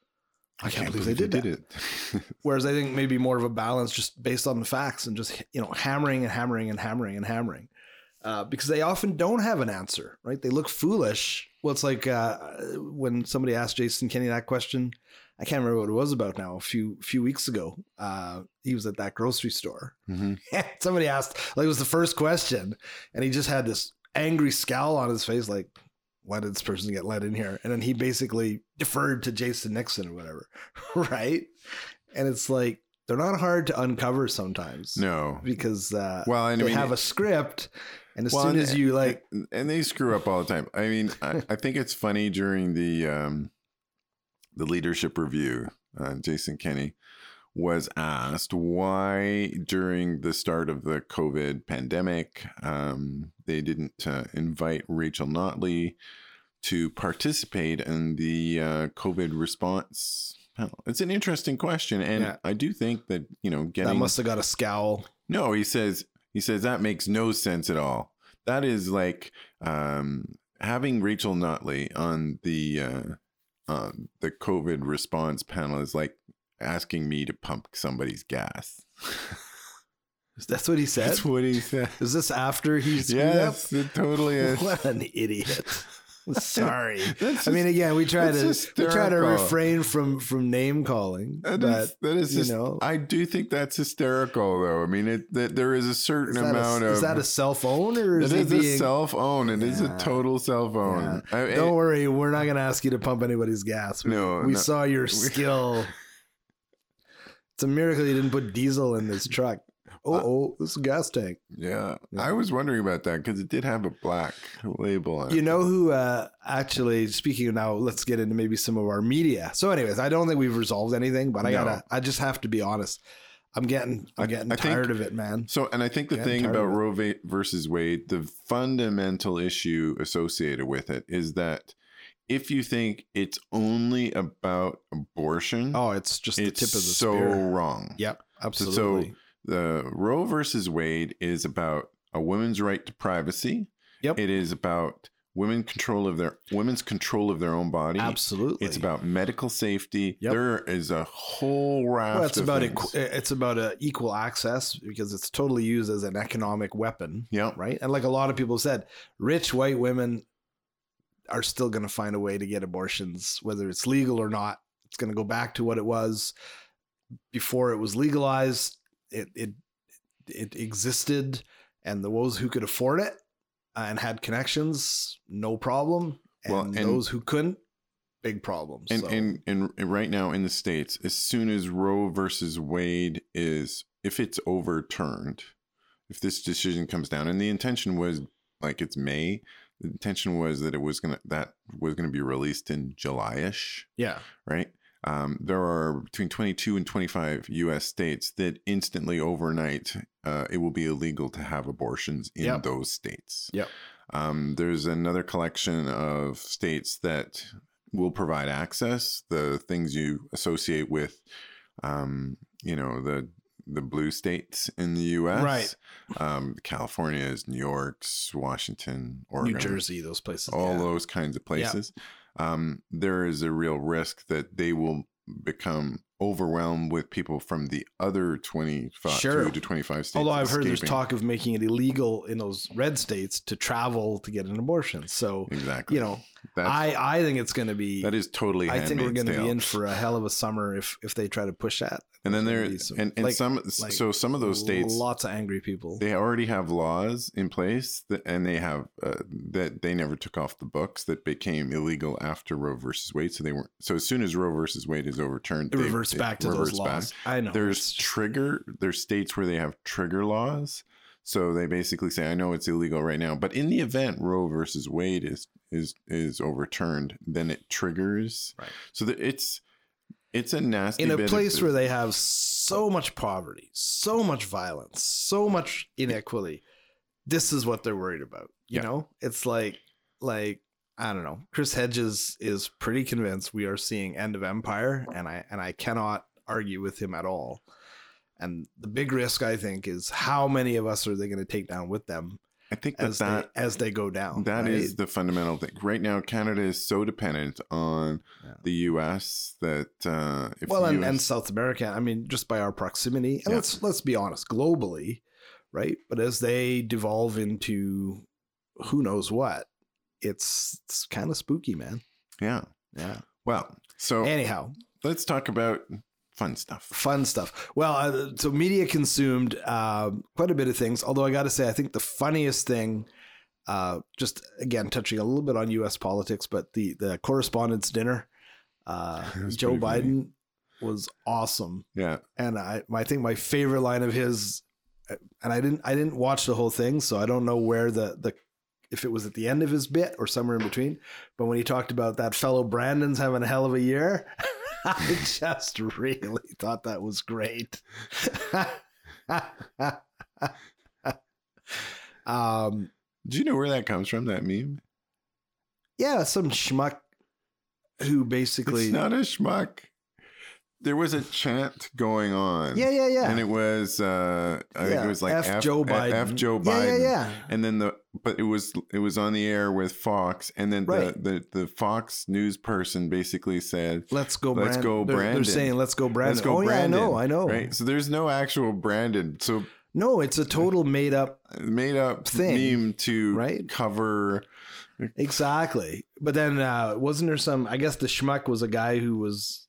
i, can't, believe, they did, that. (laughs)
it. (laughs)
Whereas I think maybe more of a balance just based on the facts and just you know hammering and hammering and hammering and hammering, uh, because they often don't have an answer, right? They look foolish. Well, it's like uh, when somebody asked Jason Kenny that question. I can't remember what it was about now. A few few weeks ago, uh, he was at that grocery store.
Mhm.
(laughs) somebody asked like it was the first question, and he just had this angry scowl on his face, like. Why did this person get let in here? And then he basically deferred to Jason Nixon or whatever, (laughs) right? and it's like they're not hard to uncover sometimes
No.
because uh,
Well, and
they
I mean,
have a script, and as
Well,
soon
and-
as you like,
and, and they screw up all the time. I mean,
(laughs)
I, I think it's funny during the um, the leadership review. Uh, Jason Kenney was asked why during the start of the COVID pandemic um, they didn't uh, invite Rachel Notley to participate in the uh, COVID response. panel. It's an interesting question, and
Yeah.
I do think that you know
that
getting
must have got a scowl.
no, he says he says that makes no sense at all. That is like um, having Rachel Notley on the uh, uh, the COVID response panel is like asking me to pump somebody's gas.
That's what he said.
That's what
(laughs)
he said.
Is this after he screwed
Yes, it totally
up? (laughs)
is.
What an idiot!
(laughs)
Sorry.
That's
I mean,
just-
again, we try to
that's
we try to
hysterical.
refrain from from name calling,
that
but
is, that is
you
just,
know.
I do think that's hysterical, though. I mean, it, that there is a certain
is that,
amount
a,
of
is that a cell phone or is
it
he
is a
being?
cell phone. It is
Yeah.
a total cell phone. I- I-
Don't worry, we're not going to ask you to pump anybody's gas. We,
eh, No,
we
no.
saw your
(laughs)
skill. it's a miracle you didn't put diesel in this truck.
Uh,
Oh, oh, this is a gas tank.
Yeah,
Yeah.
I was wondering about that because it did have a black label on it.
You know who? Uh, actually, speaking of now, let's get into maybe some of our media. So, anyways, I don't think we've resolved anything, but I
No.
gotta. I just have to be honest. I'm getting. I'm
I-
getting
I think-
tired of it, man.
So, and I think the
Yeah, I'm
thing
tired
about
of it.
Roe va- versus Wade, the fundamental issue associated with it is that if you think it's only about abortion,
Oh, it's just the
it's
tip of the
so
spear.
wrong.
Yep, absolutely.
The Roe versus Wade is about a woman's right to privacy.
Yep.
It is about women control of their women's control of their own body.
Absolutely.
It's about medical safety.
Yep.
There is a whole raft.
well, it's
of
about
things.
equ- it's about uh, equal access because it's totally used as an economic weapon,
Yep.
right? And like a lot of people said, rich white women are still going to find a way to get abortions, whether it's legal or not. It's going to go back to what it was before it was legalized. It it it existed, and those who could afford it uh, and had connections, no problem. And,
Well, and-
those who couldn't, big problem.
And,
so,
and and and right now in the states, as soon as Roe versus Wade is, if it's overturned, if this decision comes down, and the intention was like it's May, the intention was that it was gonna that was gonna be released in July ish,
yeah,
right? Um, there are between 22 and 25 U.S. states that instantly overnight uh, it will be illegal to have abortions in
Yep.
those states.
Yep.
Um, there's another collection of states that will provide access. The things you associate with, um, you know, the the blue states in the U.S.
Right.
Um, California's, New York's, Washington, Oregon,
New Jersey, those places,
all
yeah.
those kinds of places, um, there is a real risk that they will become overwhelmed with people from the other 25
Sure.
through to 25 states.
Although I've heard there's
escaping.
talk of making it illegal in those red states to travel to get an abortion. So,
Exactly.
you know,
That's,
I, I think it's going to be,
that is totally.
I think we're
Handmaid's
going to be
Tale.
in for a hell of a summer if, if they try to push that.
And then there,
gonna be some-
and, and
like-
some,
like
so some of those states,
Lots of angry people.
they already have laws in place that, and they have uh, that they never took off the books that became illegal after Roe versus Wade. So they weren't. So as soon as Roe versus Wade is overturned,
it
they-
reverts
they
back to
reverse
those laws. I know.
there's
It's-
trigger there's states where they have trigger laws so they basically say i know it's illegal right now but in the event roe versus wade is is is overturned then it triggers
Right.
so that it's it's a nasty
in a
bit of
place
bu-
where they have so much poverty, so much violence, so much inequity. This is what they're worried about. You
Yeah.
know, it's like, like I don't know. Chris Hedges is pretty convinced we are seeing end of empire, and I and I cannot argue with him at all. And the big risk, I think, is how many of us are they going to take down with them
i think that
as
that
they, as they go down?
That is
right?
the fundamental thing. Right now, Canada is so dependent on
Yeah.
the U.S. that uh, if
well,
the
and,
US,
and South America. I mean, just by our proximity, and
Yeah.
let's let's be honest, globally, right? But as they devolve into who knows what, it's it's kind of spooky, man.
yeah,
Yeah.
well, so
Anyhow,
let's talk about fun stuff.
fun stuff. Well, uh, so media consumed um quite a bit of things. Although I got to say, I think the funniest thing. Uh, just again touching a little bit on U.S. politics, but the the correspondence dinner,
(laughs)
uh,
It was
Joe
pretty funny.
Biden was awesome.
Yeah,
and I I think my favorite line of his, and I didn't I didn't watch the whole thing, so I don't know where the the if it was at the end of his bit or somewhere in between. But when he talked about that fellow Brandon's having a hell of a year, (laughs) I just really thought that was great. (laughs) um,
do you know where that comes from? That meme?
yeah, some schmuck who basically,
It's not a schmuck. There was a chant going on.
yeah, yeah, yeah.
And it was uh I think
Yeah,
it was like
F, Joe Biden.
F Joe Biden.
Yeah, yeah, yeah.
And then the but it was it was on the air with Fox and then
Right.
the, the the Fox news person basically said
Let's go,
Let's
Brand-
go,
they're,
Brandon.
They're saying, let's go, Brandon.
Let's go
oh,
Brandon.
yeah, I know, I know.
Right? So there's no actual Brandon. So uh,
No, it's a total made up.
made up
Thing,
meme to
right?
cover
(laughs) Exactly. But then uh, wasn't there some, I guess the schmuck was a guy who was,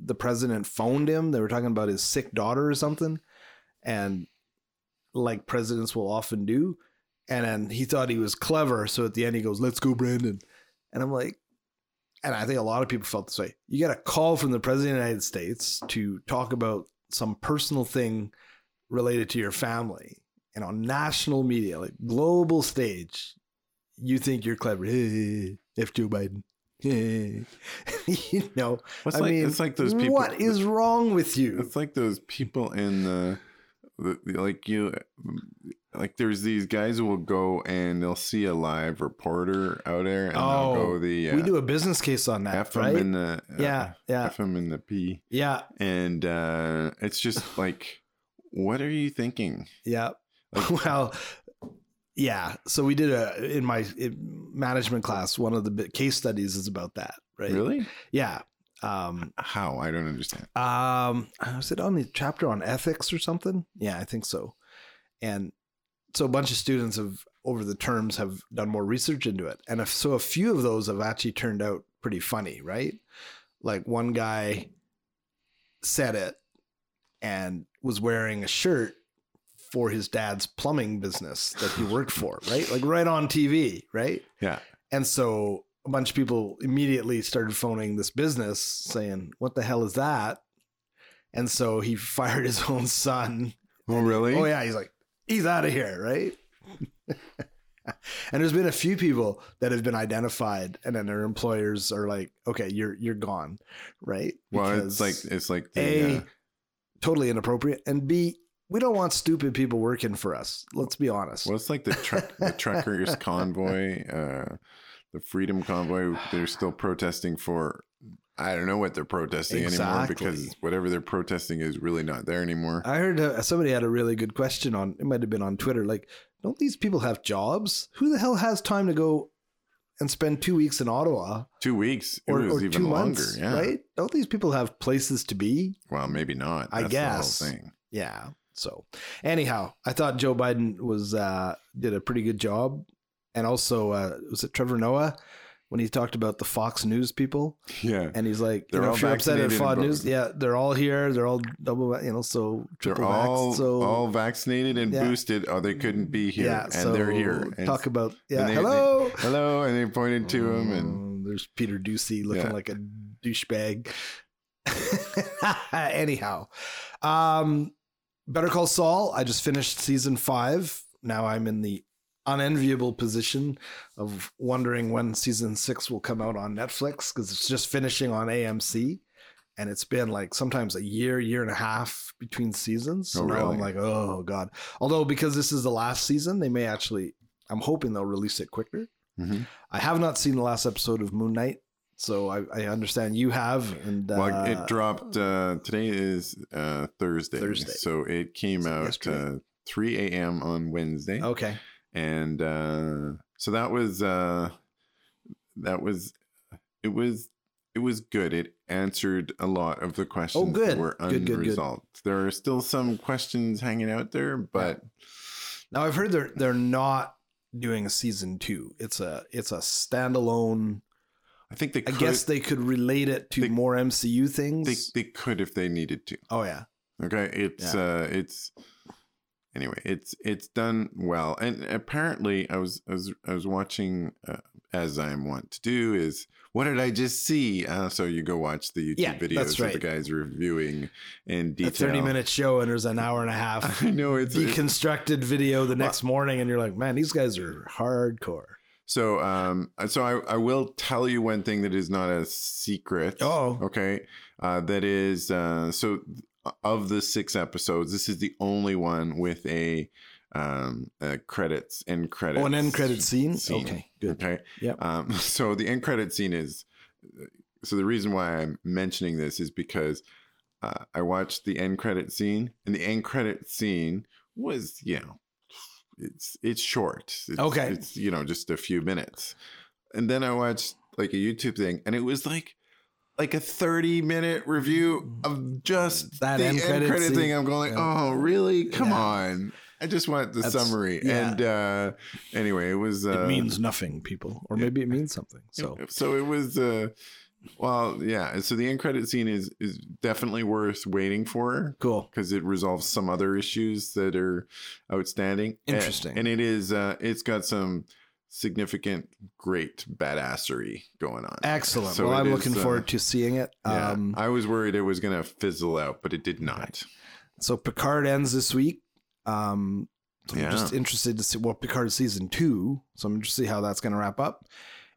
the president phoned him. They were talking about his sick daughter or something. And like presidents will often do. And then he thought he was clever. So at the end, he goes, let's go, Brandon. And I'm like, and I think a lot of people felt this way. You got a call from the president of the United States to talk about some personal thing related to your family and on national media, like global stage, you think you're clever. (laughs) F Joe Biden. (laughs) you know,
what's
I
like
mean,
it's like those people
what is wrong with you?
It's like those people in the, the the- like you mm, like there's these guys who will go and they'll see a live reporter out there and
Oh,
they'll go the uh,
We do a business case on that,
F 'em
right?
in the uh,
yeah, yeah,
F 'em in the P
yeah,
and uh
(laughs)
it's just like what are you thinking
(laughs) yeah.
Like-
well, yeah so we did a in my in management class one of the bi- case studies is about that right
Really?
yeah um
How? I don't understand.
um was it on the chapter on ethics or something yeah i think so and so a bunch of students have over the terms have done more research into it and if, so a few of those have actually turned out pretty funny right like one guy said it and was wearing a shirt for his dad's plumbing business that he worked for right like right on tv right
Yeah.
and so a bunch of people immediately started phoning this business saying, What the hell is that? And so he (laughs) fired his own son.
Oh, really?
Oh, yeah. He's like, He's out of here, right? (laughs) and there's been a few people that have been identified, and then their employers are like, Okay, you're you're gone, right?
Well,
Because-
it's like it's like the
a
uh,
totally inappropriate, and B we don't want stupid people working for us. Let's be honest.
well, it's like the truck the truckers convoy, uh, the freedom convoy.
(sighs)
They're still protesting for. I don't know what they're protesting anymore
Exactly.
because whatever they're protesting is really not there anymore.
I heard uh, somebody had a really good question on it might have been on Twitter like don't these people have jobs? Who the hell has time to go and spend 2 weeks in Ottawa
two weeks,
or,
it was
or 2
even longer.
months,
yeah.
right? Don't these people have places to be?
Well, maybe not.
I
That's
guess.
the whole thing.
Yeah. So, anyhow, I thought Joe Biden was uh did a pretty good job and also uh was it Trevor Noah when he talked about the Fox News people
Yeah.
and he's like,
They're
you know,
all
if you're upset at
vaccinated
Fox
and
News,
both-
yeah, they're all here, they're all double, you know, so
They're
triple vaxxed,
all
so
all vaccinated and
Yeah.
boosted. Oh, they couldn't be here, and they're here. And
talk about yeah.
and they-
hello.
hello, and they pointed to him, and
Mm, there's Peter Ducey looking
Yeah.
like a douchebag. (laughs) Anyhow, um, Better Call Saul. I just finished season five. Now I'm in the unenviable position of wondering when season six will come out on Netflix because it's just finishing on AMC. And it's been like sometimes a year, year and a half between seasons. So
Oh,
now I'm
really?
like, oh God. Although because this is the last season, they may actually I'm hoping they'll release it quicker.
Mhm.
I have not seen the last episode of Moon Knight, so I, I understand you have. And uh,
well, it dropped. Uh, today is uh, Thursday,
Thursday.
so it came
So
out
yesterday. Oh.
uh, 3 a.m. on Wednesday,
Okay,
and uh, so that was uh, that was it was. It was good. It answered a lot of the questions
Oh, good.
that were
Good, good, good.
unresolved. There are still some questions hanging out there, but
now I've heard they're they're not doing a season two. It's a it's a standalone.
I think they
I
could,
guess they could relate it to
They-
more MCU things.
they, they could if they needed to.
oh yeah,
Okay, it's uh it's anyway, it's it's done well. And apparently I was I was, I was watching uh, as I'm wont to do is what did I just see? Uh, so you go watch the YouTube
Yeah,
videos
that's
of the
right.
guys reviewing in
a
detail.
thirty minute show and there's an hour and a half
(laughs) I know (laughs) it's, it's
deconstructed video the next morning, and you're like, man, these guys are hardcore.
So, um, so I, I will tell you one thing that is not a secret.
Oh.
okay. Uh, that is, uh, so of the six episodes, this is the only one with a, um, uh credits end credits.
Oh, an end credit scene.
scene.
Okay, good.
Okay.
Yep.
Um, (laughs) so the end credit scene is, uh, so the reason why I'm mentioning this is because uh, I watched the end credit scene, and the end credit scene was, you know, it's it's short. It's,
Okay.
It's you know just a few minutes, and then I watched like a YouTube thing, and it was like. Like a thirty-minute review of just
That
the
end
end
credit
credit,
scene.
thing. I'm going,
Yeah.
oh, really? Come
Yeah.
on! I just want the
That's-
summary.
yeah.
And uh, anyway, it was. Uh,
it means nothing, people, or maybe it means something. So
so it was uh well yeah so the end credit scene is is definitely worth waiting for
cool.
because it resolves some other issues that are outstanding And-
Interesting.
and, it is uh it's got some significant great badassery going on
Excellent.
So
well,
it
I'm
is,
looking
uh,
forward to seeing it.
yeah,
Um,
I was worried it was gonna fizzle out, but it did not.
so Picard ends this week. Um, so
Yeah.
I'm just interested to see well Picard season two. So I'm interested to see how that's going to wrap up.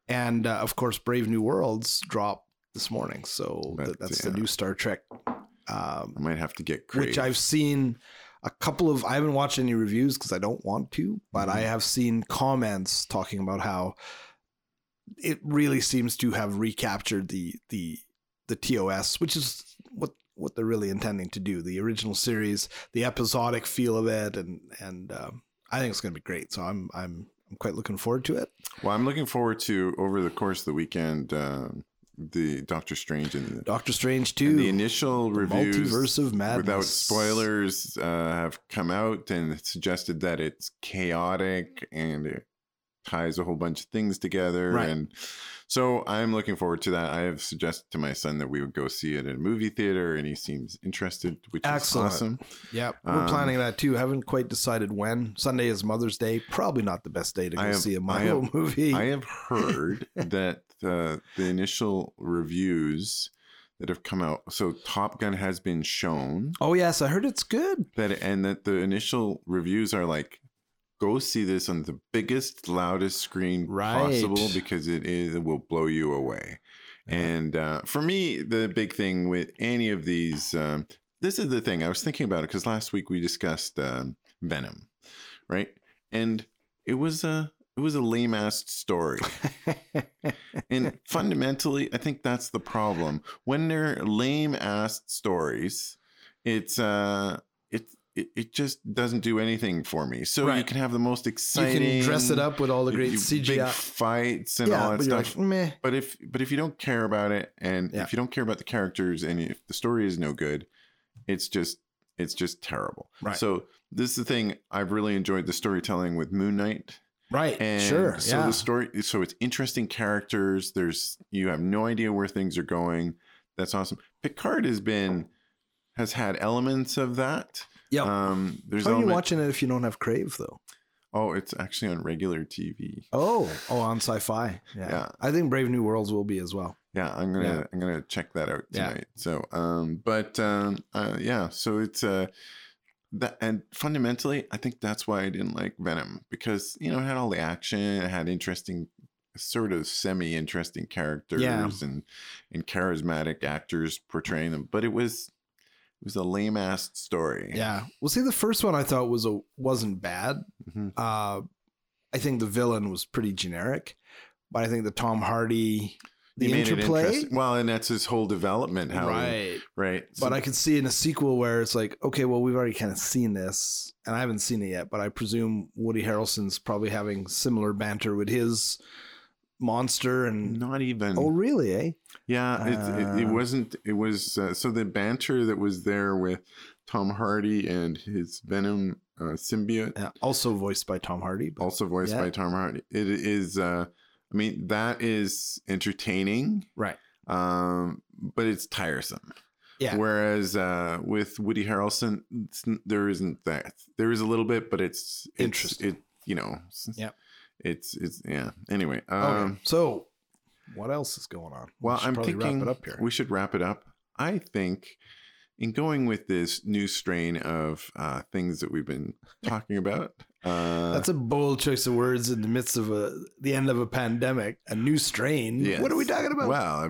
And uh, of course, Brave New Worlds drop this morning. So
But,
th- that's
yeah.
the new Star Trek, um,
I might have to get crazy.
which I've seen a couple of. I haven't watched any reviews because I don't want to, but
Mm-hmm.
I have seen comments talking about how it really seems to have recaptured the the the TOS, which is what what they're really intending to do. The original series, the episodic feel of it, and and um, I think it's going to be great. So I'm I'm I'm quite looking forward to it.
Well, I'm looking forward to over the course of the weekend, um, the Doctor Strange and the,
Doctor Strange
and the
two,
initial
the
reviews
multiverse of madness
without spoilers uh, have come out and suggested that it's chaotic and it ties a whole bunch of things together.
Right.
And so I'm looking forward to that. I have suggested to my son that we would go see it at a movie theater, and he seems interested, which
Excellent.
is awesome.
Yep, we're
Um,
planning that too. Haven't quite decided when. Sunday is Mother's Day. Probably not the best day to go
I have-
see a
I
Marvel (laughs)
have-
movie.
I
(laughs)
have heard that uh, the initial reviews that have come out, so Top Gun has been shown.
oh yes, I heard it's good.
that and that the initial reviews are like go see this on the biggest loudest screen
Right.
possible because it is it will blow you away and uh, for me the big thing with any of these um, this is the thing i was thinking about it because last week we discussed um, venom right and it was a it was a lame ass story
(laughs)
and fundamentally, I think that's the problem. When they're lame ass stories, it's uh it, it it just doesn't do anything for me. So you
Right.
can have the most
you
exciting
can dress it up with all the great
you- big
CGI.
fights and all
Yeah,
that
but you're
stuff.
like meh.
but if but if you don't care about it and
Yeah.
if you don't care about the characters and if the story is no good, it's just it's just terrible.
Right.
So this is the thing I've really enjoyed the storytelling with Moon Knight
Right.
and
sure.
So
yeah.
the story, so it's interesting characters. There's you have no idea where things are going. That's awesome. Picard has been has had elements of that.
Yep.
Um, there's
How are you
element-
watching it if you don't have Crave though?
Oh, it's actually on regular TV.
Oh, oh, on sci-fi. Yeah.
Yeah.
I think Brave New Worlds will be as well.
Yeah, I'm gonna
Yeah.
I'm gonna check that out
Yeah.
tonight. So, um, but um, uh, yeah, so it's uh, that and fundamentally, I think that's why I didn't like Venom because you know it had all the action, it had interesting, sort of semi-interesting characters and and charismatic actors portraying them, but it was it was a lame ass story.
Yeah. Well, see, the first one I thought was a wasn't bad.
Mhm.
Uh, I think the villain was pretty generic, but I think the Tom Hardy the
He made it
interplay.
interesting. Well, and that's his whole development. How right? right.
But I could see in a sequel where it's like, okay, well, we've already kind of seen this, and I haven't seen it yet, but I presume Woody Harrelson's probably having similar banter with his monster. And
not even.
oh, really? Eh?
Yeah, it, it, it
Uh,
wasn't. It was uh, so the banter that was there with Tom Hardy and his Venom uh, symbiote,
Yeah, also voiced by Tom Hardy. But
also voiced
Yeah.
by Tom Hardy. It is. Uh, I mean, that is entertaining,
right.
um, but it's tiresome.
Yeah.
Whereas uh, with Woody Harrelson, it's, n- there isn't that. There is a little bit, but it's, it's
Interesting.
It you know. s-
Yep.
It's it's yeah. Anyway, um,
okay. So, what else is going on? We
Well,
should
I'm
probably
thinking
wrap it up here.
we should wrap it up. I think in going with this new strain of uh, things that we've been talking about,
(laughs)
uh,
That's a bold choice of words in the midst of a the end of a pandemic, a new strain.
yes.
What are we talking about?
Well, a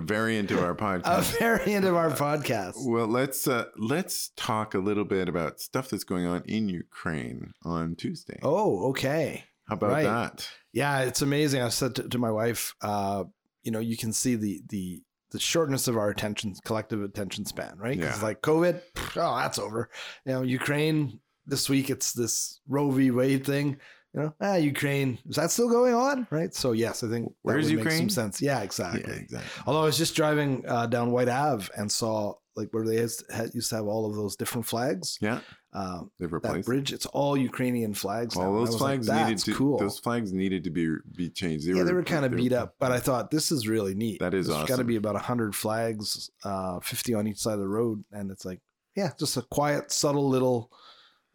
(laughs)
variant of our
a
podcast.
variant of our podcast.
well, let's uh, let's talk a little bit about stuff that's going on in Ukraine on Tuesday.
Oh, okay.
How about
right.
that?
Yeah, it's amazing. I said to, to my wife, uh, you know, you can see the the the shortness of our attention, collective attention span, right? 'Cause
Yeah.
like COVID, pff, oh, that's over. You know, Ukraine this week, it's this Roe v. Wade thing. You know, ah, Ukraine is that still going on, right? So yes, I think
Where's
that would make some
Ukraine?
sense. Yeah,
Yeah,
exactly. Oh,
exactly.
Although I was just driving uh, down White Ave and saw like where they used had- used to have all of those different flags.
Yeah,
Uh,
they've
that
replaced
bridge, it's all Ukrainian flags. now.
all
And I
those
was like,
flags needed
That's
to
cool.
those flags needed to be be changed.
yeah, they were kind of
they
beat up, but I thought this is really neat.
That is
There's Got to
awesome.
be about hundred flags, uh, fifty on each side of the road, and it's like, yeah, just a quiet, subtle little.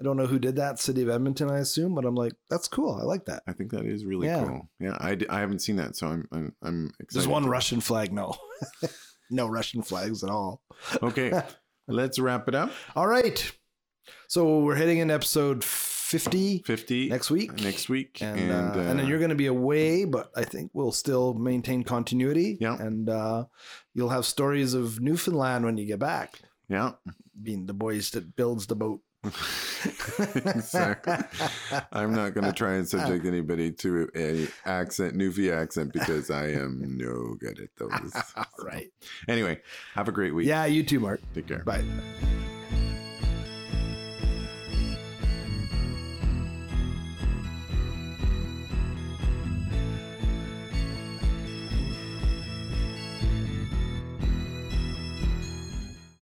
I don't know who did that, City of Edmonton, I assume, but I'm like, that's cool. I like that.
I think that is really
Yeah.
cool. Yeah, I, d- I haven't seen that, so I'm I'm, I'm excited.
There's one Russian flag, no, (laughs) no Russian flags at all. (laughs)
okay, let's wrap it up.
All right. So we're heading in episode 50
Fifty
next week.
Next week,
And, uh, and then you're going to be away, but I think we'll still maintain continuity.
Yeah.
And uh, you'll have stories of Newfoundland when you get back,
(laughs) yeah
being the boys that builds the boat.
(laughs) Exactly. I'm not going to try and subject anybody to a accent, Newfie accent, because I am no
(laughs)
good at those.
All (laughs) right.
Anyway, have a great week.
Yeah, you too, Mark.
Take care.
Bye.